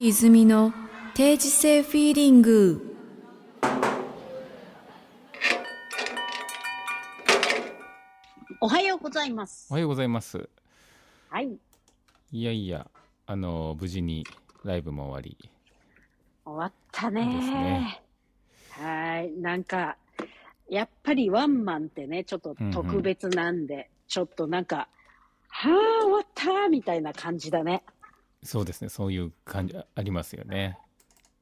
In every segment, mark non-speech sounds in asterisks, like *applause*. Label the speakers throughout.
Speaker 1: 泉の定時性フィーリング
Speaker 2: おはようございます
Speaker 3: お。はようございます。
Speaker 2: はい、
Speaker 3: いやいや、あの無事にライブも終わり。
Speaker 2: 終わった
Speaker 3: です
Speaker 2: ね
Speaker 3: ね。
Speaker 2: はーい、なんか、やっぱりワンマンってね、ちょっと特別なんで、ちょっとなんか、はあ、終わったみたいな感じだね。
Speaker 3: そうですね、そういう感じあありますよね。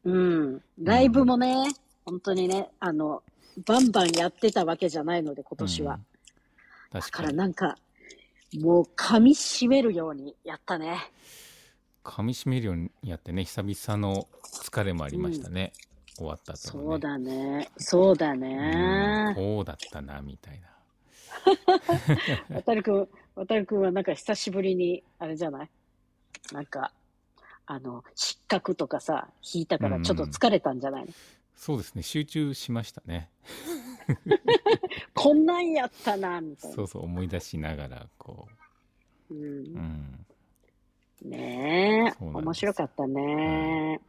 Speaker 2: うん。ライブもね、本当にね、あの、バンバンやってたわけじゃないので、今年は。
Speaker 3: うん。
Speaker 2: だ
Speaker 3: 確
Speaker 2: か
Speaker 3: からに。
Speaker 2: なんか、もう噛み締めるようにやったね。
Speaker 3: 噛み締めるようにやってね、久々の疲れもありましたね。終わった後
Speaker 2: そ
Speaker 3: の
Speaker 2: う
Speaker 3: ね。
Speaker 2: だね。そうだね。
Speaker 3: うんこうだったな、みたいな。
Speaker 2: 渡るくん、渡るくんはなんか久しぶりに、あれじゃないなんか、あの、失格とかさ、引いたからちょっと疲れたんじゃないの、
Speaker 3: そうですね、集中しましたね。
Speaker 2: こんなんやったな、みたい
Speaker 3: そ
Speaker 2: な。
Speaker 3: うそう、思い出しながら、こ
Speaker 2: う、
Speaker 3: う。うんん。
Speaker 2: ねえ、
Speaker 3: そうなんです
Speaker 2: 面白かったね。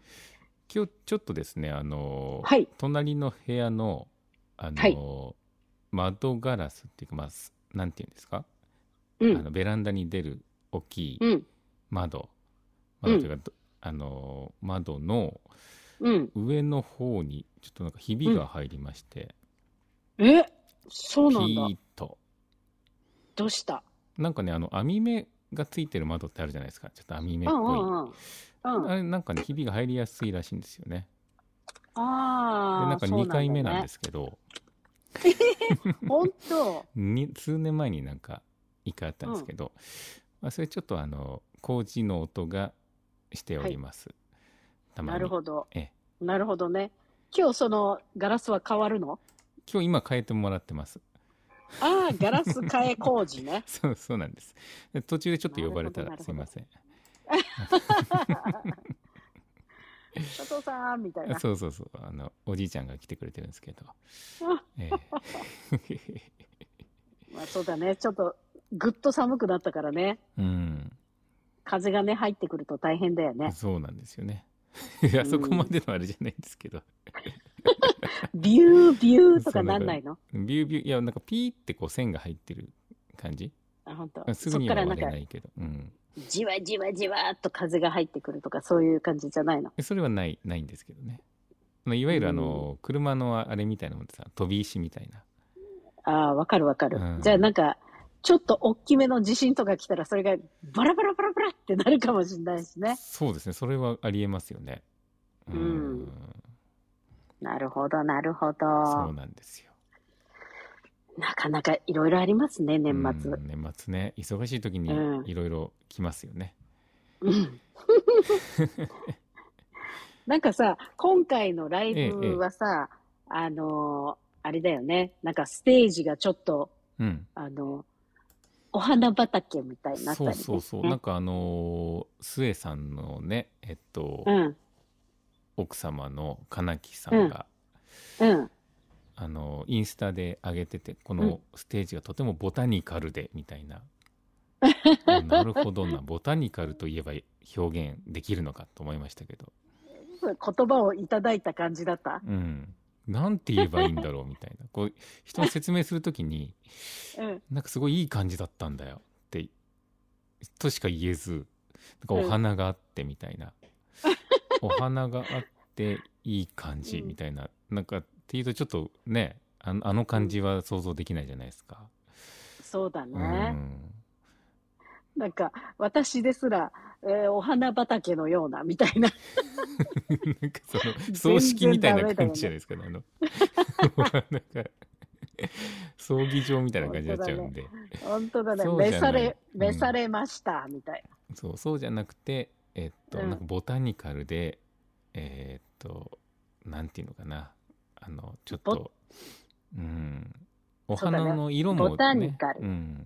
Speaker 3: 今日、ちょっとですね、あの
Speaker 2: はい、
Speaker 3: 隣の部屋の、あの
Speaker 2: はい
Speaker 3: 窓ガラスっていうか、まあ、すなんていうんですか
Speaker 2: う
Speaker 3: あ
Speaker 2: ん、
Speaker 3: のベランダに出る大きい
Speaker 2: うん、
Speaker 3: 窓、
Speaker 2: うん
Speaker 3: 窓というか、どあのー窓の
Speaker 2: うん。
Speaker 3: 上の方にちょっとなんかひびが入りまして、
Speaker 2: えそう
Speaker 3: ピ
Speaker 2: なんだ
Speaker 3: ー。ッと
Speaker 2: どうした
Speaker 3: なんかねあの網目がついてる窓ってあるじゃないですかちょっと網目
Speaker 2: う
Speaker 3: っ
Speaker 2: んう
Speaker 3: ぽい
Speaker 2: んうん。うん、あ
Speaker 3: あれなんかねひびが入りやすいらしいんですよねで
Speaker 2: あー、
Speaker 3: なんか
Speaker 2: そう。
Speaker 3: 2回目なんですすけど、
Speaker 2: 本
Speaker 3: *laughs*
Speaker 2: 当
Speaker 3: に数年前になんか1回あったんですけど、まあ、それちょっとあの工事の音がしております、たまに
Speaker 2: なるほど
Speaker 3: ええ。
Speaker 2: なるほどね。今日そのガラスは変わるの
Speaker 3: 今日今変えてもらってます
Speaker 2: ああ、ガラス替え工事ね。
Speaker 3: そうそうなんです。で途中でちょっと呼ばれた
Speaker 2: な
Speaker 3: ら
Speaker 2: る
Speaker 3: す
Speaker 2: ほどな
Speaker 3: い
Speaker 2: る
Speaker 3: ま
Speaker 2: ほ
Speaker 3: せん。
Speaker 2: 佐藤さんみた
Speaker 3: *laughs*
Speaker 2: いな。
Speaker 3: そうそうそうあのおじいちゃんが来てくれてるんですけど。
Speaker 2: *laughs*
Speaker 3: ええ
Speaker 2: まあ、そうだね。ちょっと、ぐっと寒くなったからね。
Speaker 3: うん
Speaker 2: 風がね、入ってくると大変だよ
Speaker 3: *laughs*
Speaker 2: ね。
Speaker 3: そうなんですよね。いやそこまでの *laughs* あれじゃないんですけど、
Speaker 2: ビュービューとかなんないの
Speaker 3: ビュービューいやなんかピーってこう線が入ってる感じ。
Speaker 2: あ、本当。
Speaker 3: す
Speaker 2: そ
Speaker 3: ぐ
Speaker 2: っ
Speaker 3: に
Speaker 2: か
Speaker 3: は
Speaker 2: ら
Speaker 3: 割
Speaker 2: なんか
Speaker 3: れな、いけど、うん
Speaker 2: じわじわじわーっと風が入ってくるとか、そういう感じじゃないの。
Speaker 3: それはないないんですけどね。まあいわゆるあの、車のあれみたいなもんでさ飛び石みたいな。
Speaker 2: ああ、わかるわかる。
Speaker 3: うん
Speaker 2: じゃあなんか、ちょっと大きめの地震とか来たら、それがバラバラバラバラってなるかもしれないしね。
Speaker 3: そうですねそれはありえますよね。
Speaker 2: うんなるほど、なるほど。
Speaker 3: そうなんですよ。
Speaker 2: なかなかいろいろありますね、年末。
Speaker 3: うん年末ね忙しい時に
Speaker 2: うん
Speaker 3: いろいろ来ますよね、
Speaker 2: うん *laughs* なんかさ、今回のライブはさ、あのーあれだよね、なんかステージがちょっと、
Speaker 3: うん
Speaker 2: あのお花畑みたいになったりね、
Speaker 3: そうそうそう、なんかあのー、スエさんのねえっと、
Speaker 2: うん、
Speaker 3: 奥様の金木さんが、
Speaker 2: うん。
Speaker 3: あのーインスタで上げてて
Speaker 2: う
Speaker 3: こ
Speaker 2: ん
Speaker 3: のステージがとてもボタニカルでみた
Speaker 2: *laughs*
Speaker 3: いなあなるほどなボタニカルといえば表現できるのかと思いましたけど
Speaker 2: 言葉をいただいた感じだった。
Speaker 3: うんなんて言えばいいんだろうみたいなこう人に説明するときに
Speaker 2: うん。
Speaker 3: なんかすごいいい感じだったんだよって、としか言えず、なん
Speaker 2: うん
Speaker 3: かお花があってみたいな。お花があっていい感じみたいな。なんかっていうとちょっとね、あのあの感じは想像できないじゃないですか。
Speaker 2: そうだ
Speaker 3: う
Speaker 2: ね。
Speaker 3: ん。 *laughs*
Speaker 2: なんか、私ですら、えーお花畑のような、みたいな。
Speaker 3: なんかその、葬式みたいな感じじゃないで
Speaker 2: *laughs*
Speaker 3: すかね。あの、お花が、葬儀場みたいな感じになっちゃうんで。
Speaker 2: 本当だね。
Speaker 3: そうじ
Speaker 2: 召
Speaker 3: ゃない
Speaker 2: され、
Speaker 3: うん
Speaker 2: 召されました、みたい
Speaker 3: そうそうじゃなくてえっと、
Speaker 2: うん
Speaker 3: なんかボタニカルでえっとなんていうのかなあのちょっとうんお
Speaker 2: そうだね
Speaker 3: 花の色も、ね
Speaker 2: ボタニカル
Speaker 3: うん、
Speaker 2: な。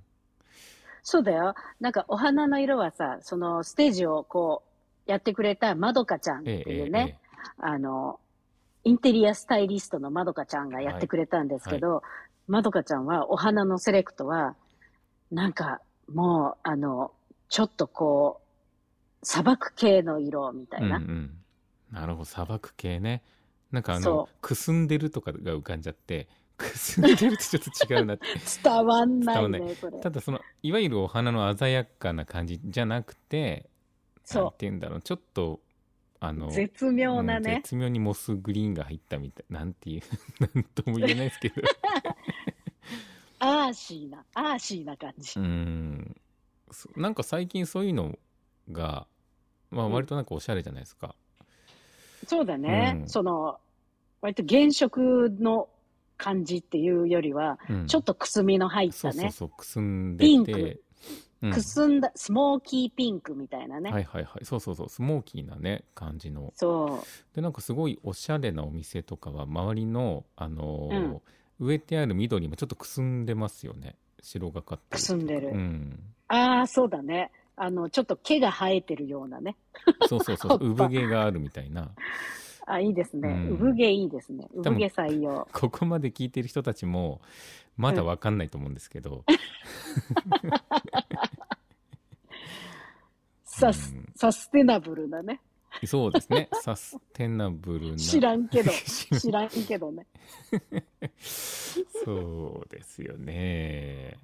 Speaker 2: そうだよ。なんか、お花の色はさ、その、ステージをこう、やってくれたまどかちゃんって
Speaker 3: ええ
Speaker 2: いうね、
Speaker 3: ええ
Speaker 2: あの、インテリアスタイリストのまどかちゃんがやってくれたんですけど、まどかちゃんはお花のセレクトは、なんかもう、あの、ちょっとこ砂漠系の色みたい
Speaker 3: うんう
Speaker 2: な。
Speaker 3: んなるほど砂漠系ねなんかあの
Speaker 2: そ
Speaker 3: くすんでるとかが浮かんじゃってくすんでるとちょっと違
Speaker 2: *laughs*
Speaker 3: うなって
Speaker 2: 伝わんない
Speaker 3: 伝わん
Speaker 2: ね、それ。
Speaker 3: ただそのいわゆるお花の鮮やかな感じじゃなくて
Speaker 2: そう
Speaker 3: なんて言うんだろうちょっとあの
Speaker 2: 絶妙な
Speaker 3: うん
Speaker 2: ね、
Speaker 3: 絶妙にモスグリーンが入ったみたい *laughs* なんていうなんとも言えないですけど
Speaker 2: アーシーな、アーシーな感じ。
Speaker 3: *laughs* うんそなんか最近そういうのが、まあ、
Speaker 2: うん
Speaker 3: 割となんかおしゃれじゃないですか、
Speaker 2: そうだね、
Speaker 3: うん
Speaker 2: その、割と原色の感じっていうよりは、
Speaker 3: うん
Speaker 2: ちょっとくすみの入った
Speaker 3: そうそう
Speaker 2: ね、
Speaker 3: そうくすんでて
Speaker 2: ピンク
Speaker 3: うん
Speaker 2: くすんだ、スモーキーピンクみたいなね。
Speaker 3: はいはいはいそうそうそうスモーキーなね感じの
Speaker 2: そ
Speaker 3: でなんかすごいおしゃれなお店とかは周りの、あのー
Speaker 2: うん
Speaker 3: 植えてある緑もちょっとくすんでますよね白がかって
Speaker 2: くすんでる
Speaker 3: うん、
Speaker 2: う。ああ、そうだね。あの、ちょっと毛が生えてるようなね。
Speaker 3: そうそ
Speaker 2: *laughs*
Speaker 3: うそう産毛があるみたいな
Speaker 2: あ、いいですね。
Speaker 3: うん
Speaker 2: 産毛いいですね。
Speaker 3: 多
Speaker 2: 産
Speaker 3: 分
Speaker 2: 毛採用。
Speaker 3: ここまで聞いてる人たちもまだわかんないと思うんです
Speaker 2: *laughs*
Speaker 3: けど、
Speaker 2: サス
Speaker 3: うん
Speaker 2: サステナブルなね。
Speaker 3: そうですねサステナブルな。
Speaker 2: 知らんけど
Speaker 3: 知らん
Speaker 2: 知らんけどね。
Speaker 3: *laughs* そうですよね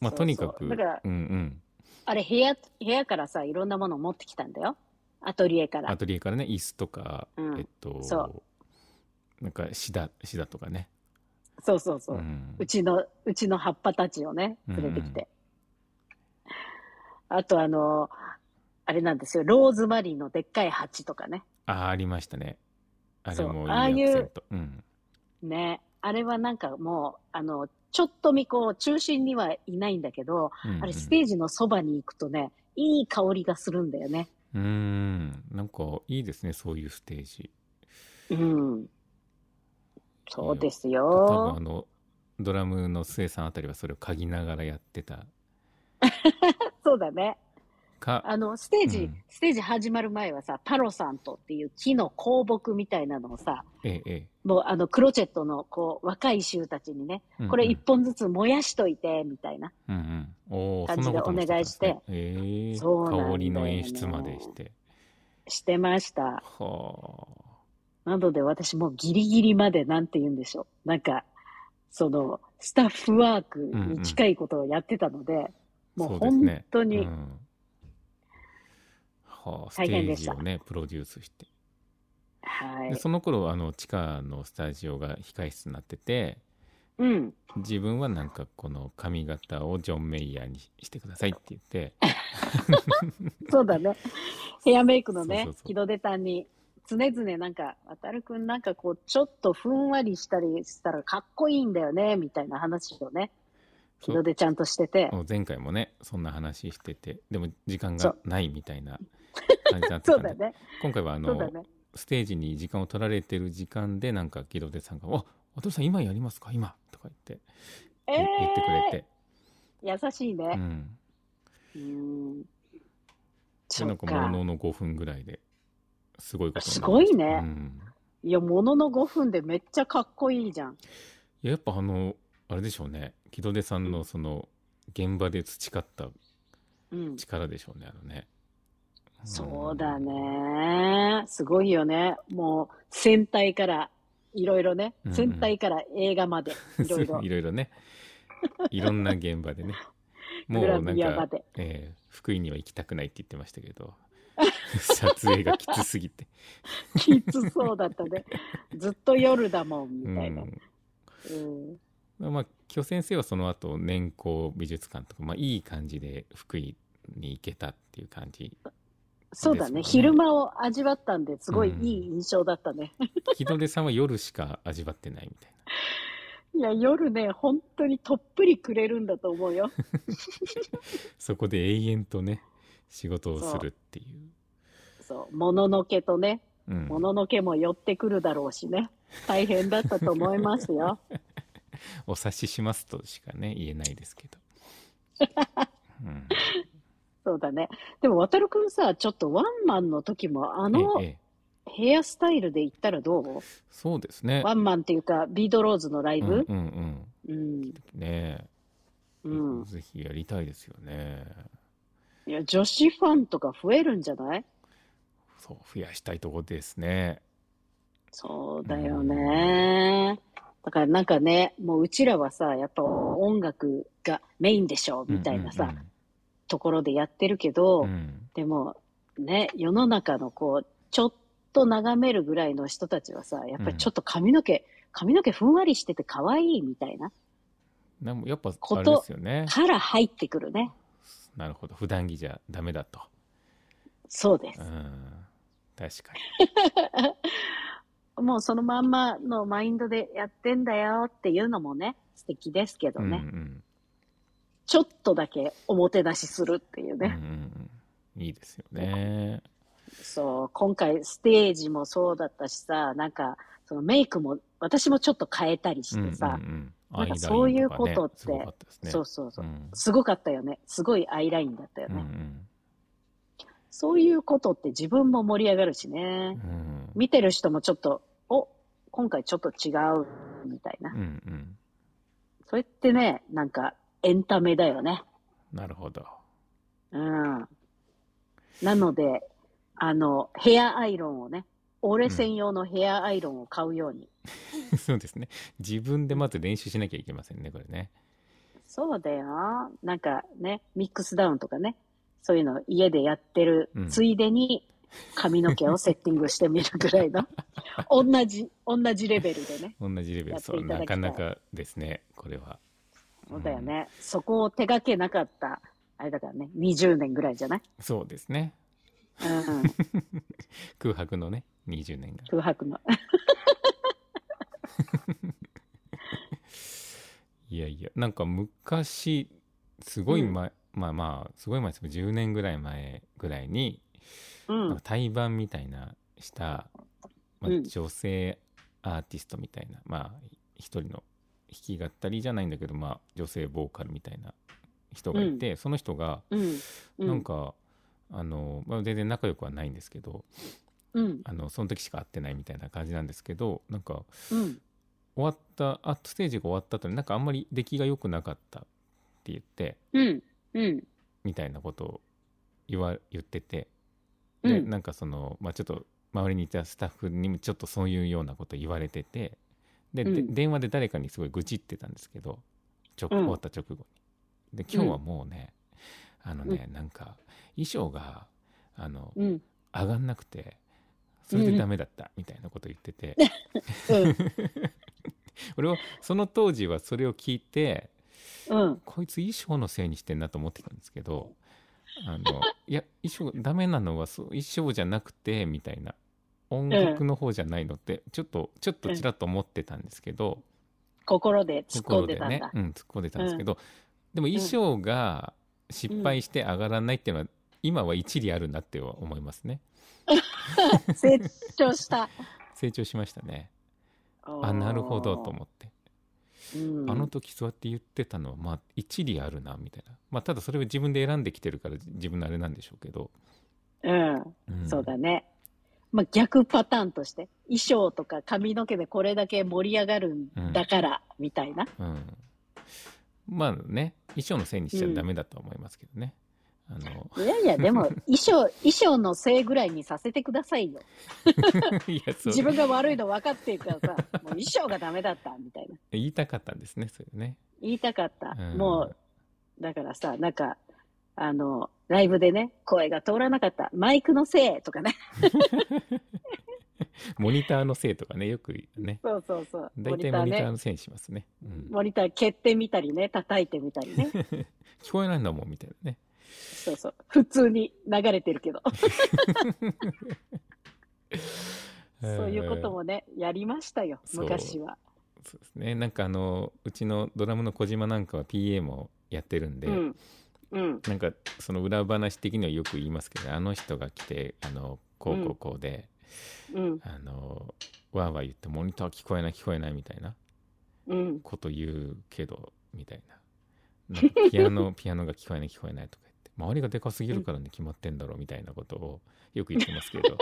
Speaker 3: まあ
Speaker 2: そうそう
Speaker 3: とにかく
Speaker 2: だから
Speaker 3: うんうん
Speaker 2: あれ、部屋、部屋からさ、いろんなもの持ってきたんだよ。アトリエから
Speaker 3: ア。トリエからね椅子とか、
Speaker 2: うん
Speaker 3: えっと
Speaker 2: そ
Speaker 3: なんかシダシダとかね、、
Speaker 2: そうそうそうう。うんちの、うちの葉っぱたちをね、連れてきて。あと、あの、あれなんですよ。ローズマリーのでっかい鉢とかね。
Speaker 3: ああありましたねあれ
Speaker 2: そう
Speaker 3: もいい
Speaker 2: ああいう
Speaker 3: アクセントうん
Speaker 2: ね。あれはなんかもう、あの、ちょっとみこう、中心にはいないんだけど、
Speaker 3: うんうん
Speaker 2: あれ、ステージのそばに行くとね、いい香りがするんだよね。
Speaker 3: うーんなんかいいですねそういうステージ
Speaker 2: うん。そうです
Speaker 3: 多分
Speaker 2: よ
Speaker 3: あ。のドラムの末さんあたりはそれを嗅ぎながらやってた
Speaker 2: そうだね。
Speaker 3: か
Speaker 2: あの、ステージ、
Speaker 3: うん
Speaker 2: ステージ始まる前はさ、パロサントっていう木の香木みたいなのをさ、
Speaker 3: えええ
Speaker 2: もうあの、クロチェットのこう、若い衆たちにね、
Speaker 3: え
Speaker 2: これ
Speaker 3: うんうん
Speaker 2: 一本ずつ燃やしといて、みたいな。
Speaker 3: うんうん、おー
Speaker 2: 感じで
Speaker 3: そんなこともたんですね
Speaker 2: お願いして
Speaker 3: えー
Speaker 2: そうなんだよね
Speaker 3: 香りの演出までして。
Speaker 2: してました。
Speaker 3: は
Speaker 2: なので私もうギリギリまで、なんて言うんでしょう。なんか、その、スタッフワークに近いことをやってたので、
Speaker 3: あ、
Speaker 2: もう
Speaker 3: そうですね
Speaker 2: 本当に
Speaker 3: んはあ、ステ
Speaker 2: 大変
Speaker 3: ー
Speaker 2: でし
Speaker 3: ジ
Speaker 2: た
Speaker 3: をねプロデュースして、
Speaker 2: はい。
Speaker 3: でその頃あの地下のスタジオが控室になってて
Speaker 2: うん。
Speaker 3: 自分はなんかこの髪型をジョン・メイヤーにしてくださいって言
Speaker 2: *laughs*
Speaker 3: って
Speaker 2: そうだね。ヘアメイクの
Speaker 3: そ
Speaker 2: ね
Speaker 3: うそうそ、う
Speaker 2: 木戸出たんに、常々なんか、わたるくんなんかこう、ちょっとふんわりしたりしたらかっこいいんだよね、みたいな話をね、木戸出ちゃんとしてて、
Speaker 3: そう前回もねそんな話しててでも時間
Speaker 2: そ
Speaker 3: が
Speaker 2: う
Speaker 3: ないみた
Speaker 2: *laughs*
Speaker 3: いな感じだった
Speaker 2: そう
Speaker 3: から
Speaker 2: だね、
Speaker 3: 今回はあ
Speaker 2: そう
Speaker 3: の
Speaker 2: だ、ね。
Speaker 3: ステージに時間を取られてる時間でなんかギロデさんが「あ渡辺さん今やりますか今」とか言って
Speaker 2: え
Speaker 3: 言言ってくれて、
Speaker 2: ー、優しいね。
Speaker 3: うん、
Speaker 2: うーん。
Speaker 3: で
Speaker 2: そ
Speaker 3: な
Speaker 2: うん
Speaker 3: かも
Speaker 2: か
Speaker 3: の。の5分ぐらいですごいことになりました
Speaker 2: すごいね
Speaker 3: うん、
Speaker 2: いや、ものの5分でめっちゃかっこいいじゃん。
Speaker 3: いややっぱあのあれでしょうねギロデさんのその現場で培った
Speaker 2: うん。
Speaker 3: 力でしょうねあのね、ん
Speaker 2: そうだね。すごいよね。もう、戦隊から、いろいろね
Speaker 3: うんう。ん
Speaker 2: 戦隊から映画まで、いろいろ
Speaker 3: *laughs* い。ろいろねいろんな現場で
Speaker 2: *laughs*
Speaker 3: ねも
Speaker 2: グラ
Speaker 3: うなん
Speaker 2: ビア
Speaker 3: か
Speaker 2: まで。
Speaker 3: えー福井には行きたくないって言ってましたけど *laughs* 撮影がきつすぎて、
Speaker 2: きつそうだった
Speaker 3: *laughs*
Speaker 2: ね。ずっと夜だもん、
Speaker 3: う
Speaker 2: *laughs* みたいな。
Speaker 3: ん、
Speaker 2: うん。
Speaker 3: まあ巨先生はその後年功美術館とか、まあ、いい感じで福井に行けたっていう感じ
Speaker 2: そうだね
Speaker 3: ですよね
Speaker 2: 昼間を味わったんで、すごいいい印象だったね。 *laughs*
Speaker 3: 日の出さんは夜しか味わってないみたい
Speaker 2: いや、夜ね、本当にとっぷりくれるんだと思うよ。
Speaker 3: なそこで永遠とね仕事をするってい
Speaker 2: そう。もののけとね、
Speaker 3: う、うん、
Speaker 2: もののけも寄ってくるだろうしね。大変だったと思います
Speaker 3: *laughs*
Speaker 2: よ。
Speaker 3: お察ししますとしかね言えないです
Speaker 2: *laughs*
Speaker 3: けど、うん、
Speaker 2: そうだね。でも、渡るくんさ、ちょっとワンマンの時も、あの
Speaker 3: えええ
Speaker 2: ヘアスタイルで行ったらどう、
Speaker 3: えそうですね
Speaker 2: ワンマンっていうか、ビートローズのライ
Speaker 3: うんうん
Speaker 2: ブ、
Speaker 3: うん
Speaker 2: うん、
Speaker 3: ねえ
Speaker 2: うん、
Speaker 3: ぜひやりたいですよね。
Speaker 2: いや、女子ファンとか増えるんじゃない
Speaker 3: そう増やしたいとこですね
Speaker 2: そうだよね。だからなんかね、もううちらはさ、やっぱ音楽がメインでしょ、みたいなさ、ところでやってるけど、
Speaker 3: うんうんうん
Speaker 2: でもね、世の中のこう、ちょっと眺めるぐらいの人たちはさ、やっぱりちょっと髪の毛、髪の毛ふんわりしてて可愛いみたいな、
Speaker 3: うんなんもやっぱ
Speaker 2: こと
Speaker 3: あれですよね
Speaker 2: から入ってくるね。
Speaker 3: なるほど普段着じゃダメだと
Speaker 2: そうです
Speaker 3: うん。確かに
Speaker 2: もうそのまんまのマインドでやってんだよっていうのもね、素敵ですけど
Speaker 3: うんう
Speaker 2: ね、
Speaker 3: ん
Speaker 2: ちょっとだけおもてなしするっていう
Speaker 3: うんう
Speaker 2: ね。
Speaker 3: んうんいいですよね
Speaker 2: そう、今回ステージもそうだったしさ、なんか、そのメイクも、私もちょっと変えたりしてさ、
Speaker 3: うんうんうん
Speaker 2: なんか
Speaker 3: アイライン
Speaker 2: そういうことって
Speaker 3: かねすごかったですね
Speaker 2: そうそうそう、
Speaker 3: うん
Speaker 2: すごかったよね。すごいアイラインだったよ
Speaker 3: うん
Speaker 2: ね。そういうことって自分も盛り上がるしね
Speaker 3: う。ん
Speaker 2: 見てる人もちょっと、お今回ちょっと違う、みたいな。
Speaker 3: うんうん
Speaker 2: それってね、なんかエンタメだよね。
Speaker 3: なるほど *laughs*
Speaker 2: うん。なので、あの、ヘアアイロンをね、俺専用のヘアアイロンを買うように。
Speaker 3: そうですね。自分でまず練習しなきゃいけませんね、これね。
Speaker 2: そうだよ。なんかね、ミックスダウンとかね、そういうの家でやってる、
Speaker 3: うん
Speaker 2: ついでに髪の毛をセッティングしてみるぐらい
Speaker 3: *laughs*
Speaker 2: の、同じ、同じレベルでね。
Speaker 3: 同じレベ
Speaker 2: や
Speaker 3: ル。
Speaker 2: って
Speaker 3: そ、
Speaker 2: いうただ
Speaker 3: な
Speaker 2: きた
Speaker 3: か
Speaker 2: い
Speaker 3: なかですね、これは。
Speaker 2: そうだよね。そこを手がけなかった、あれだからね、20年ぐらいじゃない
Speaker 3: そうですね。 *laughs*
Speaker 2: うん。
Speaker 3: 空白のね、20年が。
Speaker 2: 空白の。
Speaker 3: いやいや、なんか昔、すごい前、まあまあ、すごい前ですけど、10年ぐらい前ぐらいに、
Speaker 2: う
Speaker 3: なん
Speaker 2: ん
Speaker 3: か。対バンみたいなした、まあ
Speaker 2: うん
Speaker 3: 女性アーティストみたいな、まあ、一人の弾き語りじゃないんだけど、まあ、女性ボーカルみたいな人がいて、その人が、
Speaker 2: うん。う
Speaker 3: なん、か、あの、まあ、全然仲良くはないんですけど
Speaker 2: うん。
Speaker 3: あのその時しか会ってないみたいな感じなんですけどなんか
Speaker 2: うん。
Speaker 3: 終わったあステージが終わった後になんかあんまり出来が良くなかったって言って
Speaker 2: うん。うん。
Speaker 3: みたいなことを言わ言ってて
Speaker 2: う
Speaker 3: で、
Speaker 2: ん。
Speaker 3: なんかその、まあ、ちょっと周りにいたスタッフにもちょっとそういうようなこと言われててで、で
Speaker 2: うん
Speaker 3: 電話で誰かにすごい愚痴ってたんですけどちょ
Speaker 2: うん
Speaker 3: 終わった直後に。で今日はもうね、あのねなんか衣装があの、
Speaker 2: うん。うん。
Speaker 3: 上がんなくてそれでダメだったみたいなこと言ってて、俺はその当時はそれを聞いて
Speaker 2: うん。
Speaker 3: こいつ衣装のせいにしてんなと思ってたんですけどあのいや衣装がダメなのはそう衣装じゃなくてみたいな音楽の方じゃないのってちょっとちょっとちらっと思ってたんですけど、
Speaker 2: 心で突っ込ん
Speaker 3: 心
Speaker 2: で
Speaker 3: で
Speaker 2: たん
Speaker 3: ね
Speaker 2: だ。、
Speaker 3: うん、突っ込んでたんですけど、でも衣装が失敗して上がらないっていうのは、今は一理あるなっては思いますね
Speaker 2: 成長した。
Speaker 3: 成長しましたね *laughs* あなるほどと思って、
Speaker 2: うん。
Speaker 3: あの時そうやって言ってたのはまあ一理あるなみたいなまあただそれを自分で選んできてるから自分のあれなんでしょうけど、
Speaker 2: うん。
Speaker 3: ん
Speaker 2: そうだね。まあ、逆パターンとして、衣装とか髪の毛でこれだけ盛り上がるんだから、みたいな。
Speaker 3: うんまあね衣装のせいにしちゃダメだとは思いますけどね、あ
Speaker 2: *laughs*
Speaker 3: の
Speaker 2: いやいや、でも、衣装、衣装のせいぐらいにさせてくださいよ。
Speaker 3: いやそう
Speaker 2: 自分が悪いの分かってるから
Speaker 3: *laughs*
Speaker 2: さ、もう衣装がダメだった、みたいな。
Speaker 3: 言いたかったんですねそれね、
Speaker 2: 言いたかった。
Speaker 3: うん
Speaker 2: もう、だからさ、なんか、あの、ライブでね、声が通らなかった。マイクのせいと
Speaker 3: *laughs*
Speaker 2: かね。
Speaker 3: モニターのせいとかねよくね
Speaker 2: そうそうそう。
Speaker 3: 大体モニター
Speaker 2: ね。
Speaker 3: のせいにしますね、うん
Speaker 2: モニター蹴ってみたりね、叩いてみたり
Speaker 3: *laughs*
Speaker 2: ね。
Speaker 3: 聞こえないんだもんみたいなね
Speaker 2: そうそう。普通に流れてるけど。そういうこともね、やりましたよ、
Speaker 3: そう
Speaker 2: 昔は。
Speaker 3: そうですねなんかあのうちのドラムの小島なんかは PA もやってるんで、
Speaker 2: うん。うん。
Speaker 3: なんかその裏話的にはよく言いますけどあの人が来てあのこうこうこうで、
Speaker 2: うん。
Speaker 3: あのわーわー言ってモニター聞こえない聞こえないみたいな
Speaker 2: うん。
Speaker 3: こと言うけどみたいななんか
Speaker 2: *laughs*
Speaker 3: ピアノピアノが聞こえない聞こえないとか言って周りがでかすぎるからに決まってんだろうみたいなことをよく言ってますけど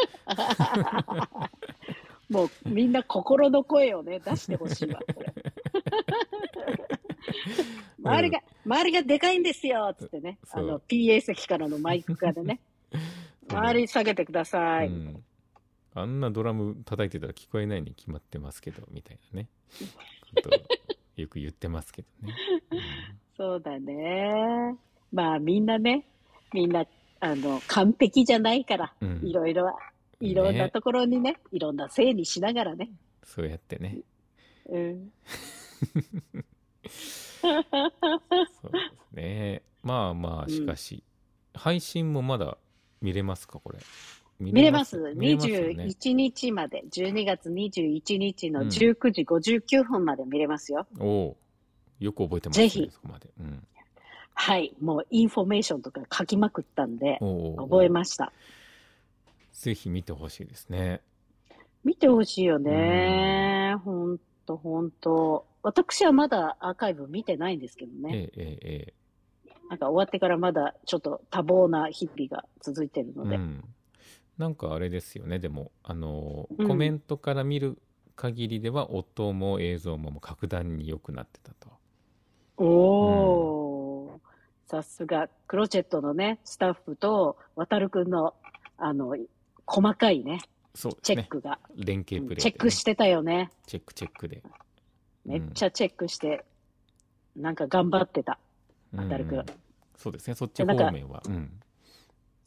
Speaker 2: もうみんな心
Speaker 3: *laughs*
Speaker 2: の声をね、出してほしいわ。これ周りが、周りがでかいんですよつってね、
Speaker 3: そ
Speaker 2: あ
Speaker 3: う
Speaker 2: の、PA 席からのマイク側で
Speaker 3: *laughs*
Speaker 2: ね、 *laughs* 周り下げてください。
Speaker 3: うん、あんなドラム叩いてたら聞こえないに決まってますけどみたい
Speaker 2: *laughs*
Speaker 3: なねことをよく言ってますけどね、
Speaker 2: そうだね。まあみんなね、みんな、あの、完璧じゃないから、
Speaker 3: うんうん
Speaker 2: いろいろ、いろんなところにね、いろんなせいにしながらね。
Speaker 3: そうやってね
Speaker 2: うん。
Speaker 3: そうですねまあま
Speaker 2: う
Speaker 3: あ
Speaker 2: ん
Speaker 3: しかし、配信もまだ見れますかこれ見
Speaker 2: 見れます。
Speaker 3: 見れますよね
Speaker 2: 21日まで、12月21日の
Speaker 3: うん
Speaker 2: 19時59分まで見れますよ。
Speaker 3: おおよく覚えてます
Speaker 2: ぜひ
Speaker 3: そこまで、うん、
Speaker 2: はい。もうインフォメーションとか書きまくったんで、
Speaker 3: おうおうおう
Speaker 2: 覚えました。
Speaker 3: ぜひ見てほしいですね
Speaker 2: 見てほしいよね。ほんとほんと。私はまだアーカイブ見てないんですけどね。
Speaker 3: ええええええ
Speaker 2: なんか終わってからまだちょっと多忙な日々が続いてるので。
Speaker 3: うん、なんかあれですよねでもあの、
Speaker 2: うん
Speaker 3: コメントから見る限りでは音も映像ももう格段に良くなってたと
Speaker 2: おー、さすが、クロチェットのね、スタッフと、渡るくんの、あの、細かいね、
Speaker 3: そうです
Speaker 2: チェッ
Speaker 3: ね
Speaker 2: クが、
Speaker 3: 連携プレイでね、
Speaker 2: チェックしてたよね。
Speaker 3: チェックチェックで
Speaker 2: めっちゃチェックして、なんか頑張ってた。
Speaker 3: うん
Speaker 2: 明るく
Speaker 3: うんそうですねそっち方面はうん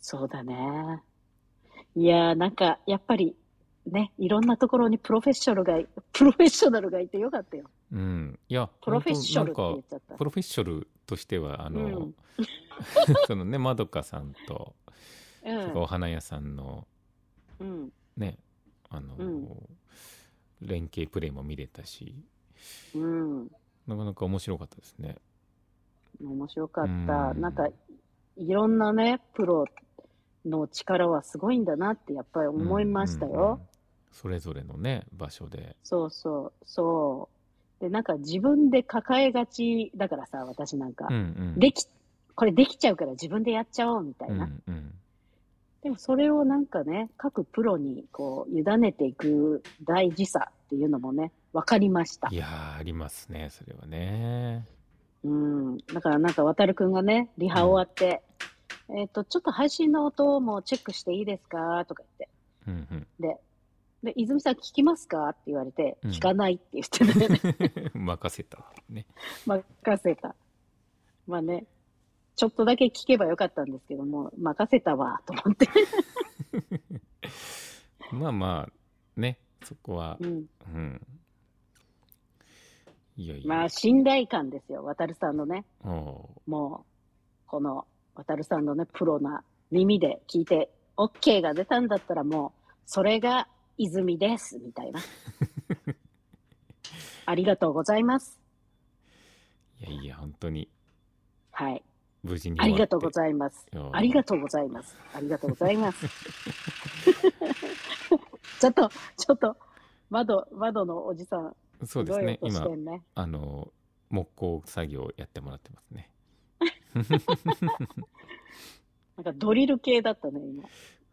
Speaker 2: そうだね。いやー、なんか、やっぱり、ね、いろんなところにプロフェッショナルがい、プロフェッショナルがいてよかったよ。
Speaker 3: うんいや
Speaker 2: プロフェッショナルって
Speaker 3: 本当
Speaker 2: 言っ
Speaker 3: なんか
Speaker 2: ちゃった。
Speaker 3: プロフェッショナルとしてはあの、
Speaker 2: うん
Speaker 3: *laughs* そのねまどかさんと、
Speaker 2: う
Speaker 3: お花屋さんの
Speaker 2: ん。うん。
Speaker 3: ねあの、
Speaker 2: うん
Speaker 3: 連携プレイも見れたし
Speaker 2: うん。
Speaker 3: なかなか面白かったですね
Speaker 2: 面白かっ
Speaker 3: う
Speaker 2: た。
Speaker 3: ん
Speaker 2: なんか、いろんなね、プロの力はすごいんだなってやっぱり思いましたよ。
Speaker 3: うんうんうんそれぞれのね場所で
Speaker 2: そうそう、そう。で、なんか自分で抱えがちだからさ、私なんか。
Speaker 3: うんうん
Speaker 2: でき、これできちゃうから自分でやっちゃおうみたいうな。
Speaker 3: んうん
Speaker 2: でもそれをなんかね、各プロにこう、委ねていく大事さっていうのもね、わかりました
Speaker 3: い。やーありますねそれはね
Speaker 2: うん、だからなんか、渡るくんがね、リハ終わって、えっ、と、ちょっと配信の音もチェックしていいですかとか言っ
Speaker 3: うんうん *laughs*
Speaker 2: て。で、で、泉さん聞きますかって言われて、
Speaker 3: うん
Speaker 2: 聞かないって言って
Speaker 3: *laughs*
Speaker 2: ね、
Speaker 3: 任せたっていうね
Speaker 2: 任せた。まあね、ちょっとだけ聞けばよかったんですけども、任せたわ、と思って。
Speaker 3: まあまあねそこは
Speaker 2: うん、
Speaker 3: うんいやいや、
Speaker 2: まあ、信頼感ですよ、渡るさんのね。
Speaker 3: お
Speaker 2: もう、この、渡るさんのね、プロな耳で聞いて、OK が出たんだったらもう、それが泉です、み
Speaker 3: *laughs*
Speaker 2: たいな。ありがとうございます。
Speaker 3: ーいやいや本当に
Speaker 2: はい。
Speaker 3: 無事に
Speaker 2: ありがとうご
Speaker 3: い
Speaker 2: ざいます
Speaker 3: お。ー
Speaker 2: ありがとうございます。ありがとうござい
Speaker 3: *laughs*
Speaker 2: ます。ちょっと、ちょっと、窓、窓のおじさん、
Speaker 3: ますそ
Speaker 2: す
Speaker 3: うで
Speaker 2: ご
Speaker 3: す
Speaker 2: い
Speaker 3: ね
Speaker 2: 音し
Speaker 3: 今
Speaker 2: てんね。
Speaker 3: あの木工作業やってもらってますね
Speaker 2: なんかドリル系だったね、今。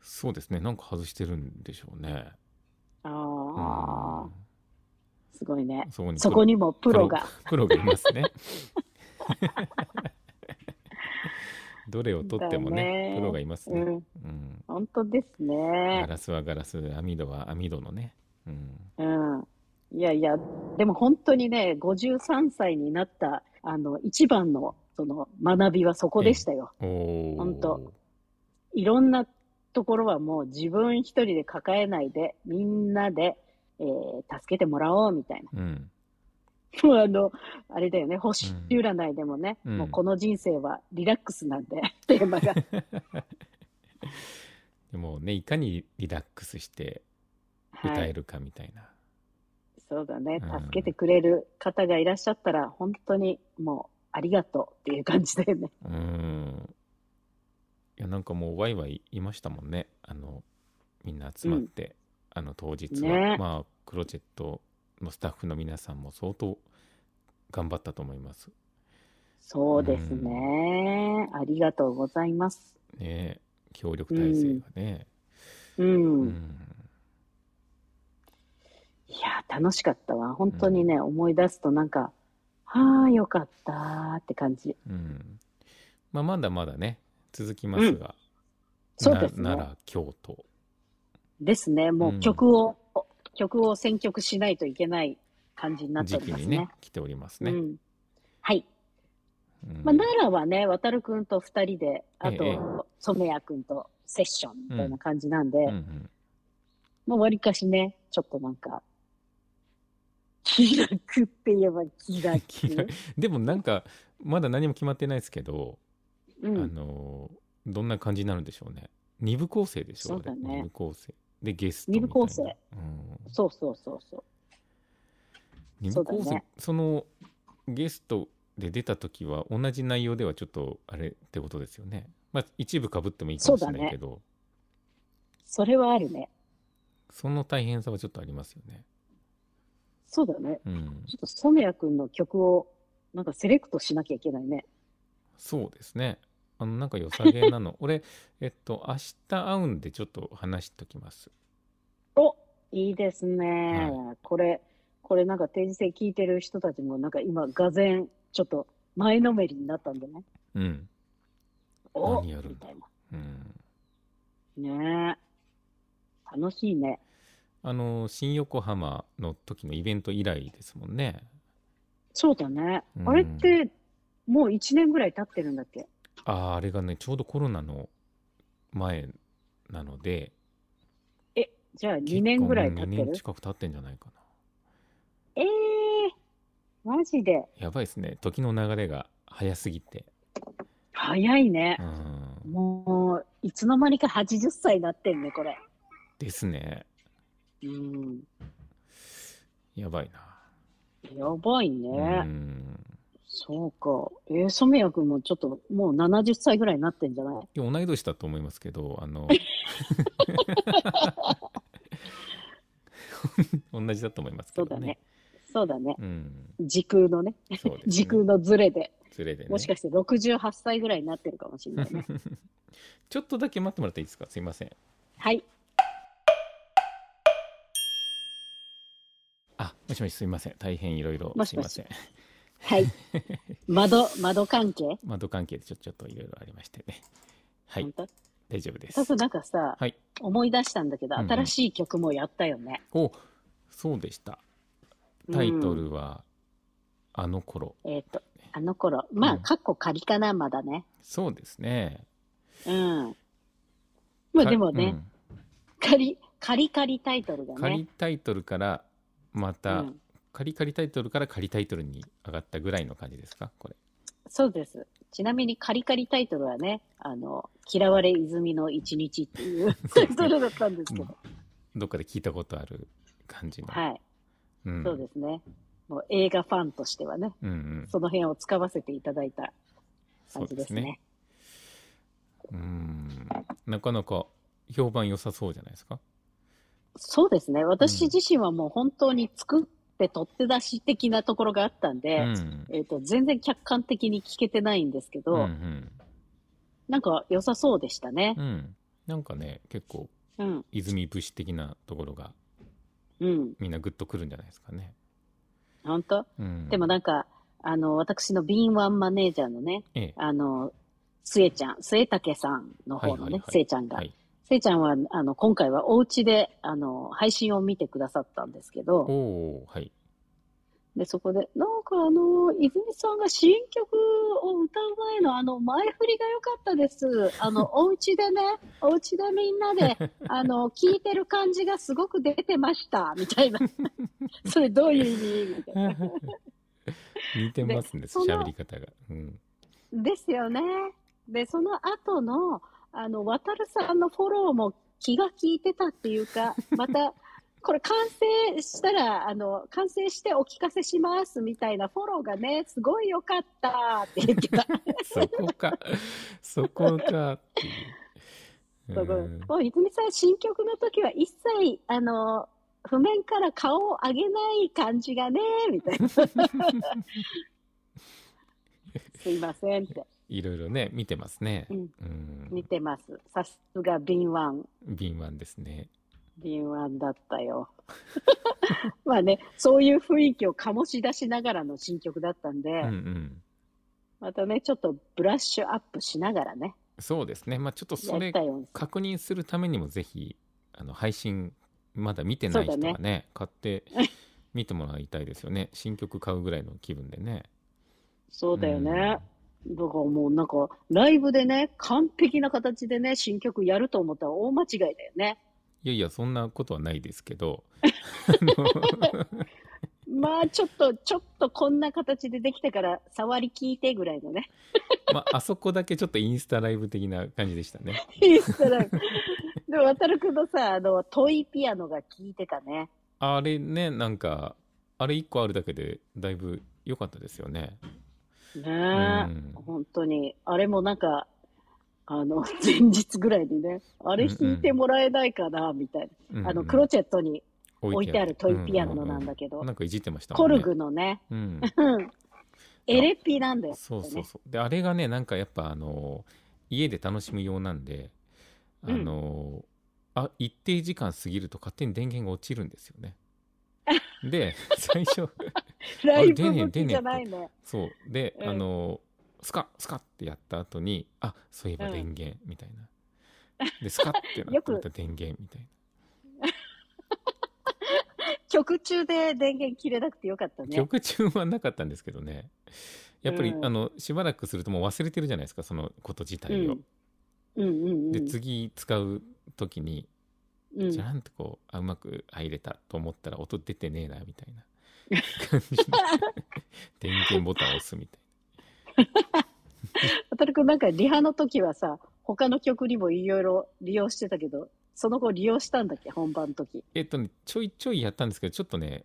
Speaker 3: そうですねなんか外してるんでしょうね
Speaker 2: ああ、すごいね
Speaker 3: うん。そこに
Speaker 2: そこにもプロが。
Speaker 3: プロがいます
Speaker 2: *laughs*
Speaker 3: ね。どれを取ってもね
Speaker 2: だね
Speaker 3: プロがいます
Speaker 2: う
Speaker 3: ね。
Speaker 2: ん、
Speaker 3: うん、
Speaker 2: 本当ですね
Speaker 3: ガ。ラスはガラス、網戸は網戸のね。うん、
Speaker 2: うんいやいや、でも本当にね、53歳になった、あの、一番の、その、学びはそこでしたよ。
Speaker 3: おお。
Speaker 2: ほんといろんなところはもう自分一人で抱えないで、みんなで、えー助けてもらおうみたいな。 *laughs*
Speaker 3: うん。
Speaker 2: もうあの、あれだよね、星占いでもね、
Speaker 3: うん
Speaker 2: もうこの人生はリラックスなんで、 *laughs* テーマ
Speaker 3: *laughs*
Speaker 2: が。
Speaker 3: でもねいかにリラックスして
Speaker 2: は
Speaker 3: 歌え
Speaker 2: い。
Speaker 3: るかみたいな。
Speaker 2: そうだね、
Speaker 3: うん
Speaker 2: 助けてくれる方がいらっしゃったら、本当にもう、ありがとうっていう感じだよね。
Speaker 3: うん。いやなんかもうワイワイいましたもんね。あのみんな集まって、あの当日は、
Speaker 2: ね
Speaker 3: まあクロチェットのスタッフの皆さんも相当頑張ったと思います。
Speaker 2: そうですね。ありがとうございます。
Speaker 3: ねえ協力体制がね、
Speaker 2: うん。
Speaker 3: うん
Speaker 2: いや、楽しかったわ。本当にね、思い出すとなんか、はあ、よかったーって感じ。
Speaker 3: うんまあ、まだまだね続きますが、
Speaker 2: そう
Speaker 3: な
Speaker 2: ですね
Speaker 3: 奈良京都
Speaker 2: ですね。も
Speaker 3: う
Speaker 2: うん曲を、曲を選曲しないといけない感じになって
Speaker 3: 時
Speaker 2: おりま
Speaker 3: 期
Speaker 2: す
Speaker 3: に
Speaker 2: ね。
Speaker 3: ね来ております
Speaker 2: う
Speaker 3: ね、
Speaker 2: ん。はい。
Speaker 3: うん
Speaker 2: まあ、奈良はね、渡るくんと二人で、あ
Speaker 3: ええ
Speaker 2: と、染谷くんとセッションみたいな感じなんで、
Speaker 3: うんうん
Speaker 2: まあ、わりかしね、ちょっとなんか、気楽って言えば気楽。
Speaker 3: 気楽でもなんかまだ何も決まってないですけど、
Speaker 2: う
Speaker 3: あ
Speaker 2: ん。
Speaker 3: のーどんな感じになるんでしょうね二部構成でしょ
Speaker 2: そうだね
Speaker 3: あれ二部構成でゲストみた
Speaker 2: 二部
Speaker 3: いな
Speaker 2: 構成
Speaker 3: うん
Speaker 2: そうそうそうそう。
Speaker 3: 二
Speaker 2: そ
Speaker 3: 部
Speaker 2: うだ
Speaker 3: 構
Speaker 2: ね
Speaker 3: 成そ,、のゲストで出た時は同じ内容ではちょっとあれってことですよねまあ一部かぶってもいいかもしれないけど
Speaker 2: それはあるね。
Speaker 3: そ,、の大変さはちょっとありますよね
Speaker 2: そうだね。
Speaker 3: うん
Speaker 2: ちょっと染谷くんの曲を、なんかセレクトしなきゃいけないね。
Speaker 3: そうですねあのなんか良さげなの俺えっと明日会うんでちょっと話しときます
Speaker 2: おいいですね、
Speaker 3: は
Speaker 2: これ、これなんか定時制聞いてる人たちも、なんか今、がぜん、ちょっと前のめりになったんでね。
Speaker 3: うん
Speaker 2: お
Speaker 3: 何やるん
Speaker 2: み
Speaker 3: だ
Speaker 2: たいな。
Speaker 3: うん
Speaker 2: ねえ。楽しいね。
Speaker 3: あの新横浜の時のイベント以来ですもんね
Speaker 2: そうだね。
Speaker 3: うん
Speaker 2: あれって、もう1年ぐらい経ってるんだっけ
Speaker 3: あああれがねちょうどコロナの前なので
Speaker 2: え、じゃあ2年ぐらい経っ
Speaker 3: 結
Speaker 2: て
Speaker 3: 構
Speaker 2: る
Speaker 3: 2年近く経ってんじゃないかな
Speaker 2: ええマジで。
Speaker 3: やばいですね時の流れが早すぎて
Speaker 2: 早いね
Speaker 3: う。ん
Speaker 2: もう、いつの間にか80歳になってんね、これ。
Speaker 3: ですね
Speaker 2: うん。
Speaker 3: やばいな
Speaker 2: やばいね。
Speaker 3: うん
Speaker 2: そうか。えー、染谷君もちょっともう70歳ぐらいになってんじゃない
Speaker 3: いや同い年だと思いますけど
Speaker 2: *laughs*
Speaker 3: あの同じだと思いますけ
Speaker 2: そう
Speaker 3: ど
Speaker 2: だ
Speaker 3: ね
Speaker 2: ね。そうだね。
Speaker 3: うん
Speaker 2: 時空のね、
Speaker 3: そうですね
Speaker 2: 時空のズレで、
Speaker 3: ずれでね
Speaker 2: もしかして68歳ぐらいになってるかもしれ
Speaker 3: *laughs*
Speaker 2: ないね。
Speaker 3: ちょっとだけ待ってもらっていいですかすいません
Speaker 2: はい。
Speaker 3: あもしもしすいません大変いろいろ
Speaker 2: も
Speaker 3: す
Speaker 2: し
Speaker 3: い
Speaker 2: も
Speaker 3: ま
Speaker 2: し
Speaker 3: せん
Speaker 2: はい。窓、窓関係
Speaker 3: 窓関係でちょちょっといろいろありましてねはい
Speaker 2: 本当
Speaker 3: 大丈夫です
Speaker 2: そうそう、なんかさ、
Speaker 3: はい
Speaker 2: 思い出したんだけど、
Speaker 3: うんうん
Speaker 2: 新しい曲もやったよね。
Speaker 3: おそうでしたタイトルは「あの頃
Speaker 2: えっ、と、あの頃、ま
Speaker 3: う
Speaker 2: あ、
Speaker 3: ん
Speaker 2: かっこ仮かな、まだね。」
Speaker 3: そうですね
Speaker 2: うん。まあ
Speaker 3: か
Speaker 2: でもね、仮、仮仮タイトル
Speaker 3: うん
Speaker 2: だね
Speaker 3: 仮。タイトルからま
Speaker 2: う
Speaker 3: た、
Speaker 2: ん
Speaker 3: 仮仮タイトルから仮タイトルに上がったぐらいの感じですかこれ
Speaker 2: そうです。ちなみに、カリカリタイトルはね、あの、嫌われ泉の一日っていう
Speaker 3: *laughs*
Speaker 2: タイトルだったんですけど、
Speaker 3: どっかで聞いたことある感じの、
Speaker 2: はい、
Speaker 3: うん、
Speaker 2: そうですね。もう映画ファンとしてはね、
Speaker 3: うんうん
Speaker 2: その辺を使わせていただいた
Speaker 3: そ
Speaker 2: 感
Speaker 3: う
Speaker 2: じ
Speaker 3: で
Speaker 2: ですす
Speaker 3: ね
Speaker 2: ね。
Speaker 3: うーんなかなか評判良さそうじゃないですか
Speaker 2: そうですね。私自身はもう本当に作って取って出し的なところがあったんで、
Speaker 3: うん
Speaker 2: えっ、と、全然客観的に聞けてないんですけど、
Speaker 3: うんうん
Speaker 2: なんか良さそうでしたね
Speaker 3: う。んなんかね結構
Speaker 2: うん、
Speaker 3: 泉節的なところが
Speaker 2: うん、
Speaker 3: みんなグッとくるんじゃないですかね、
Speaker 2: 本当
Speaker 3: うん、
Speaker 2: でもなんか、あの、私の敏腕マネージャーのね、
Speaker 3: ええ
Speaker 2: あの、末ちゃん、末竹さんの方の
Speaker 3: はいはいはい
Speaker 2: ね、末ちゃんが
Speaker 3: は。い
Speaker 2: 末ちゃんは、あの、今回はお家で、あの、配信を見てくださったんですけ
Speaker 3: お
Speaker 2: ど、
Speaker 3: おーはい
Speaker 2: で、そこで、なんかあの、泉さんが新曲を歌う前のあの、前振りが良かったです。あの、お家でね、お家でみんなで、あの、聞いてる感じがすごく出てました、みたいな。それどういう意味みたいな。
Speaker 3: 似てますね
Speaker 2: でその
Speaker 3: 喋り方が、うん、
Speaker 2: ですよね。で、その後の、あの、渡るさんのフォローも気が利いてたっていうか、また、これ完成したら、あの、完成してお聞かせしますみたいなフォローがね、すごい良かったって言ってた。
Speaker 3: そこ
Speaker 2: *laughs*
Speaker 3: かそこかっていう
Speaker 2: そこ
Speaker 3: うん
Speaker 2: もう泉さん、新曲の時は一切、あの、譜面から顔を上げない感じがね、み
Speaker 3: *laughs*
Speaker 2: たいな。すいませんって。
Speaker 3: いろいろね見てますね
Speaker 2: うん
Speaker 3: うん
Speaker 2: 見てます。さすが敏腕。
Speaker 3: 敏腕ですね
Speaker 2: 敏腕だったよ。 *laughs* まあね、そういう雰囲気を醸し出しながらの新曲だったんで、
Speaker 3: うんうん
Speaker 2: またね、ちょっとブラッシュアップしながらね、
Speaker 3: そうですねまあちょっと
Speaker 2: や
Speaker 3: そ
Speaker 2: っ
Speaker 3: れ
Speaker 2: たよ。
Speaker 3: 確認するためにもぜひあの配信まだ見てない人は
Speaker 2: そ
Speaker 3: ね
Speaker 2: うだ
Speaker 3: 買って見てもらいたいですよね *laughs* 新曲買うぐらいの気分でね
Speaker 2: そうだよね。だからもうなんか、ライブでね、完璧な形でね、新曲やると思ったら大間違いだよね。
Speaker 3: いやいやそんなことはないですけど *laughs* あの *laughs*
Speaker 2: まあ、ちょっと、ちょっとこんな形でできたから、触り聞いてぐらいのね。 *laughs*
Speaker 3: まああそこだけちょっとインスタライブ的な感じでしたね
Speaker 2: インスタライブでも、渡るくんのさ、あの、トイピアノが聞いてたね。
Speaker 3: あれねなんかあれ1個あるだけでだいぶ良かったですよね
Speaker 2: ね
Speaker 3: う
Speaker 2: え、
Speaker 3: ん
Speaker 2: 本当に。あれもなんか、あの、前日ぐらいにね、あれ弾いてもらえないかな、みたいな。
Speaker 3: うん
Speaker 2: あの、
Speaker 3: うん
Speaker 2: クロチェットに置いてあるトイピアノなんだ
Speaker 3: け
Speaker 2: けど、
Speaker 3: なんかいじってましたも
Speaker 2: コ
Speaker 3: んね
Speaker 2: ルグのね、
Speaker 3: うん
Speaker 2: うんエレピなんだよ、
Speaker 3: そうそう
Speaker 2: ね
Speaker 3: そう。で、あれがね、なんかやっぱあの、家で楽しむ用なんで、あの、あ、一定時間過ぎると勝手に電源が落ちるんです
Speaker 2: *laughs*
Speaker 3: よね。で、最初、
Speaker 2: ライブ
Speaker 3: 出ねえ
Speaker 2: 向きじゃ
Speaker 3: 出ね
Speaker 2: な
Speaker 3: え
Speaker 2: いね。
Speaker 3: そう。で、
Speaker 2: うん
Speaker 3: あの、スカッ、スカッってやった後に、あ、そういえば
Speaker 2: うん
Speaker 3: 電源、みたいな。で、スカッってなっ
Speaker 2: よ
Speaker 3: て
Speaker 2: く
Speaker 3: また電源、みたいな。
Speaker 2: 曲中で電源切れなくてよかったね。
Speaker 3: 曲中はなかったんですけどね。やっぱり、
Speaker 2: うん
Speaker 3: あの、しばらくするともう忘れてるじゃないですか、そのこと自
Speaker 2: う
Speaker 3: 体を
Speaker 2: ん。。うんうん
Speaker 3: で、
Speaker 2: うん。
Speaker 3: 次使う時に、
Speaker 2: うん
Speaker 3: じゃらんとこうあうまく入れたと思ったら音出てねえなみた
Speaker 2: *laughs*
Speaker 3: いな感じで電源ボタンを押すみたい
Speaker 2: 渡るくんなんかリハの時はさ、他の曲にもいろいろ利用してたけど、その後利用したんだっけ本番の時。
Speaker 3: なえっとねちょいちょいやったんですけどちょっとね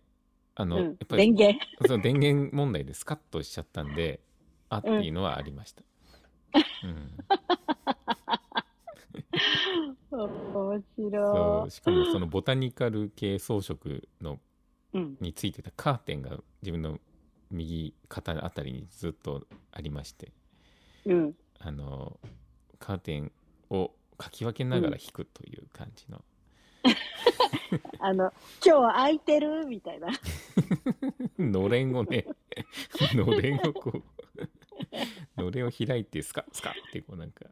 Speaker 3: あ
Speaker 2: う
Speaker 3: の、や
Speaker 2: ん
Speaker 3: っ。ぱ
Speaker 2: 電
Speaker 3: り
Speaker 2: 源。
Speaker 3: その電源問題でスカッとしちゃったんであっていうのはありました、うん、
Speaker 2: 面
Speaker 3: そ
Speaker 2: 白
Speaker 3: うしかもそのボタニカル系装飾の
Speaker 2: い。うん。
Speaker 3: についてたカーテンが自分の右肩あたりにずっとありまして
Speaker 2: うん。
Speaker 3: あのカーテンをかき分けながら弾くという感じの、 *laughs*
Speaker 2: あの、今日は空いてるみたいな。 *laughs*
Speaker 3: のれんをね *laughs* のれんをこう *laughs* のれんを開いてスカスカってこうなんか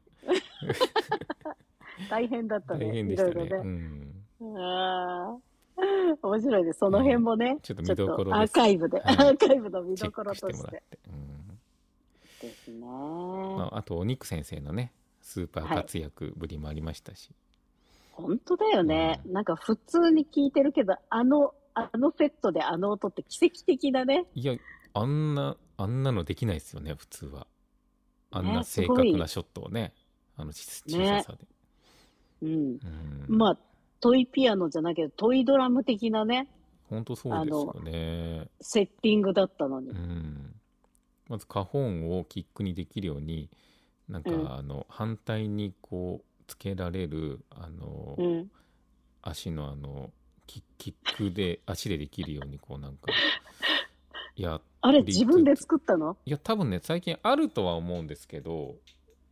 Speaker 2: 大変だったね。
Speaker 3: 大変でしたね
Speaker 2: いろいろ
Speaker 3: う
Speaker 2: ね。
Speaker 3: ん、
Speaker 2: あー面白いね。その辺もね、
Speaker 3: ちょっと見どころです
Speaker 2: ちょっとアーカイブで、
Speaker 3: はい
Speaker 2: アーカイブの見
Speaker 3: チェ
Speaker 2: ど
Speaker 3: ッ
Speaker 2: ころ
Speaker 3: クして
Speaker 2: と
Speaker 3: も
Speaker 2: し。
Speaker 3: らってて、うん
Speaker 2: ですね。
Speaker 3: まあ、あとお肉先生のねスーパー活躍ぶりもありましたし、
Speaker 2: 本当だよね。
Speaker 3: う
Speaker 2: なんか普通に聞いてるけど、あの、あのセットであの音って奇跡的だね。
Speaker 3: い、やあんなあんなのできないですよね普通はあんな
Speaker 2: ねす
Speaker 3: 正
Speaker 2: ごい
Speaker 3: 確なショットをねあのち小ささで、
Speaker 2: うん。
Speaker 3: うん、
Speaker 2: まあ、トイピアノじゃないけど、トイドラム的なね、
Speaker 3: 本当そうですよね
Speaker 2: セッティングだったのに
Speaker 3: う。ん、まず花本をキックにできるようになんか、
Speaker 2: うん
Speaker 3: あの反対にこうつけられるあの、
Speaker 2: うん。
Speaker 3: 足のあのキキックで足でできるようにこ
Speaker 2: *laughs*
Speaker 3: うなんかいや
Speaker 2: あれ、自分で作ったの
Speaker 3: いや多分ね最近あるとは思うんですけど、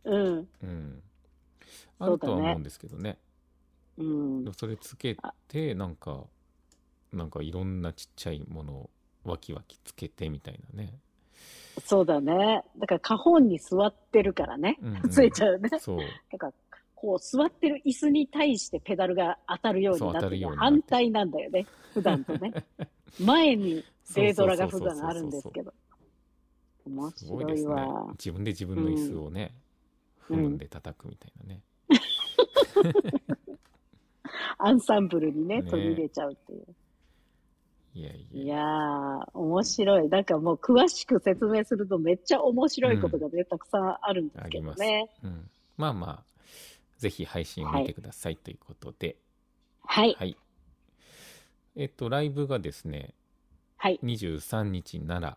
Speaker 2: うん。
Speaker 3: うん、あ
Speaker 2: そうだね
Speaker 3: るとは思うんですけどね
Speaker 2: うん
Speaker 3: でも。それつけてなんかなんかいろんなちっちゃいものをわきわきつけてみたい
Speaker 2: *laughs*
Speaker 3: なね。
Speaker 2: そうだね。だから、花本に座ってるからね。
Speaker 3: うんうん
Speaker 2: ついちゃうね。
Speaker 3: そう
Speaker 2: だから、こう、座ってる椅子に対してペダルが当たるようにな
Speaker 3: そう当
Speaker 2: ったて
Speaker 3: るよう
Speaker 2: て、
Speaker 3: になって
Speaker 2: 反対なんだよね。普段とね。
Speaker 3: *laughs*
Speaker 2: 前にデドラが普段あるんですけど。面
Speaker 3: すごい
Speaker 2: 白
Speaker 3: で
Speaker 2: い
Speaker 3: すね
Speaker 2: わ。。
Speaker 3: 自分で自分の椅子をね、
Speaker 2: うん
Speaker 3: 踏んで叩くみたいなね。
Speaker 2: アンサンブルにね、
Speaker 3: ね
Speaker 2: 取り入れちゃうっていう。
Speaker 3: いやいや。
Speaker 2: いやー、面白い。なんかもう詳しく説明するとめっちゃ面白いことがね、たくさんあるんですけどね。
Speaker 3: うん、まあまあ、ぜひ配信を見てくださいということで、
Speaker 2: はい。
Speaker 3: はい。えっと、ライブがですね、
Speaker 2: はい。
Speaker 3: 23日奈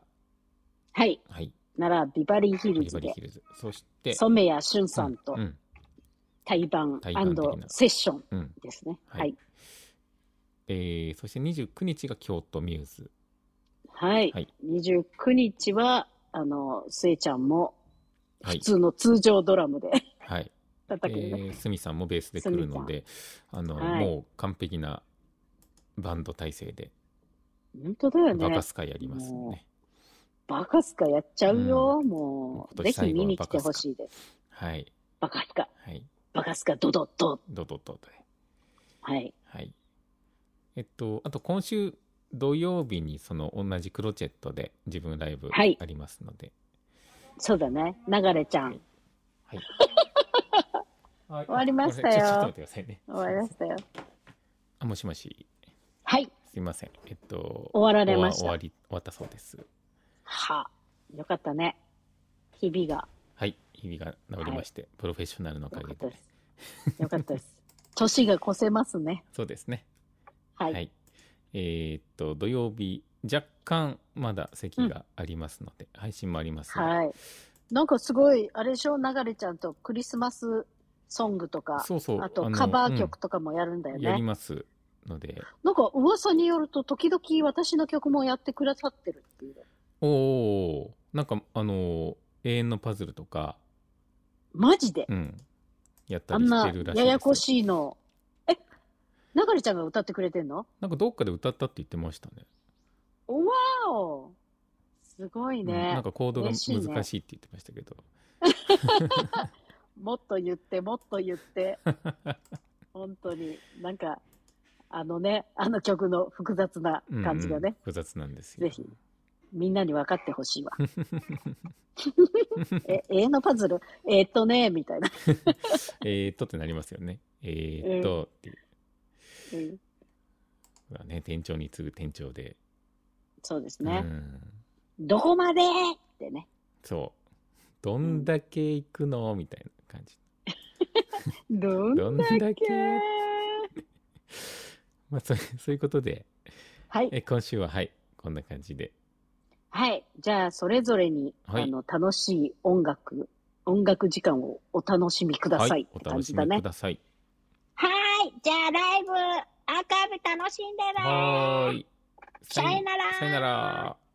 Speaker 2: はい。
Speaker 3: 良、はい、
Speaker 2: 奈良ビバリーヒル
Speaker 3: ビ
Speaker 2: ズ
Speaker 3: バリ
Speaker 2: で、
Speaker 3: ーヒルズ、そして、
Speaker 2: 染谷俊さんと
Speaker 3: うん、うん
Speaker 2: 対バン
Speaker 3: 対バン的な
Speaker 2: セッション
Speaker 3: うん
Speaker 2: ですね。
Speaker 3: はい
Speaker 2: はい。
Speaker 3: えーそして29日が京都ミューズ、
Speaker 2: はい
Speaker 3: はい。
Speaker 2: 29日は、あの、スエちゃんも
Speaker 3: は
Speaker 2: 普
Speaker 3: い、
Speaker 2: 通の通常ドラムで *laughs*
Speaker 3: はい、
Speaker 2: 叩
Speaker 3: え
Speaker 2: くね。
Speaker 3: ー、スミさんもベースで来るので、あの、
Speaker 2: はい
Speaker 3: もう完璧なバンド体制で
Speaker 2: 本当だよ
Speaker 3: バ
Speaker 2: ね
Speaker 3: カ。スカやりますんでね。
Speaker 2: バカスカやっちゃうよ、
Speaker 3: うん
Speaker 2: もう。ぜ
Speaker 3: 今年
Speaker 2: ひ
Speaker 3: 最後
Speaker 2: 見
Speaker 3: の
Speaker 2: に来てほしいです。
Speaker 3: はい。
Speaker 2: バカスカ、
Speaker 3: はい。
Speaker 2: バカスカ、ドドッド。
Speaker 3: ドドドドで。
Speaker 2: はい。
Speaker 3: はい。えっと、あと今週土曜日にその同じクロチェットで自分ライブ
Speaker 2: はい
Speaker 3: ありますので。
Speaker 2: そうだね。流れちゃん。
Speaker 3: はい。
Speaker 2: 終わりましたよ
Speaker 3: ちょちょっと待ってくださいね。
Speaker 2: 終わりましたよ。
Speaker 3: あ、もしもし。
Speaker 2: はい。
Speaker 3: すいません。えっと、
Speaker 2: 終わられました
Speaker 3: 終わ終わり、終わったそうです。
Speaker 2: はあ。よかったね。日々が。
Speaker 3: はい。日々が治りまして、プロフェッショナルのおか
Speaker 2: よか
Speaker 3: げ
Speaker 2: った
Speaker 3: で
Speaker 2: で。す。よかったです。 *laughs* 年が越せますね。
Speaker 3: そうですね。
Speaker 2: はい。
Speaker 3: はい。えーっと、土曜日、若干まだ席がありますので、配信もありますので、
Speaker 2: はい。なんかすごい、あれでしょ、流れちゃんとクリスマスソングとか、
Speaker 3: そうそう。
Speaker 2: あと
Speaker 3: の
Speaker 2: カバー曲とかもやるんだ
Speaker 3: う
Speaker 2: よ
Speaker 3: ん
Speaker 2: ね。
Speaker 3: やりますので、
Speaker 2: なんか噂によると、時々私の曲もやってくださってるっていう。
Speaker 3: おおなんか、あのー永遠のパズルとか、
Speaker 2: マジで、
Speaker 3: うん、やった
Speaker 2: あ
Speaker 3: り
Speaker 2: ん
Speaker 3: し
Speaker 2: な
Speaker 3: てるらしいです
Speaker 2: や
Speaker 3: よ
Speaker 2: やこしいの。え流れちゃんが歌ってくれてんの
Speaker 3: なんかどっかで歌ったって言ってましたね。
Speaker 2: わーおすごい
Speaker 3: うんな
Speaker 2: ね
Speaker 3: ん。かコードが難
Speaker 2: 嬉
Speaker 3: し
Speaker 2: し
Speaker 3: い
Speaker 2: い
Speaker 3: っ
Speaker 2: ね
Speaker 3: て言ってましたけど。 *laughs*
Speaker 2: もっと言って、もっと言
Speaker 3: *laughs*
Speaker 2: って。本当に。なんか、あのね、あの曲の複雑な
Speaker 3: うんうん
Speaker 2: 感じがね、
Speaker 3: 複雑なんですよ。
Speaker 2: ぜひみんなに分かってほ
Speaker 3: *laughs*
Speaker 2: しいわ。え、絵のパズルえーっとね、みたいな。
Speaker 3: えーっとってなりますよね。えーっとっていう
Speaker 2: うん
Speaker 3: のがね、店長に次ぐ店長で。
Speaker 2: そうです
Speaker 3: う
Speaker 2: ね。
Speaker 3: ん
Speaker 2: どこまでってね。
Speaker 3: そう。どんだけ行くのみたいな感じ。
Speaker 2: どん
Speaker 3: どんだけ
Speaker 2: けー
Speaker 3: まあ、そうそういうことで、
Speaker 2: はい。
Speaker 3: え今週ははい、こんな感じで。
Speaker 2: はい。じゃあ、それぞれに、
Speaker 3: はい
Speaker 2: あの、楽しい音楽、音楽時間をお楽しみくださいって
Speaker 3: お
Speaker 2: 感
Speaker 3: 楽
Speaker 2: じ
Speaker 3: し
Speaker 2: だ
Speaker 3: み
Speaker 2: ね
Speaker 3: く。ださい。
Speaker 2: はーい。じゃあ、ライブ、アーカイブ楽しんでね
Speaker 3: はーい。
Speaker 2: さよなら
Speaker 3: さよなら。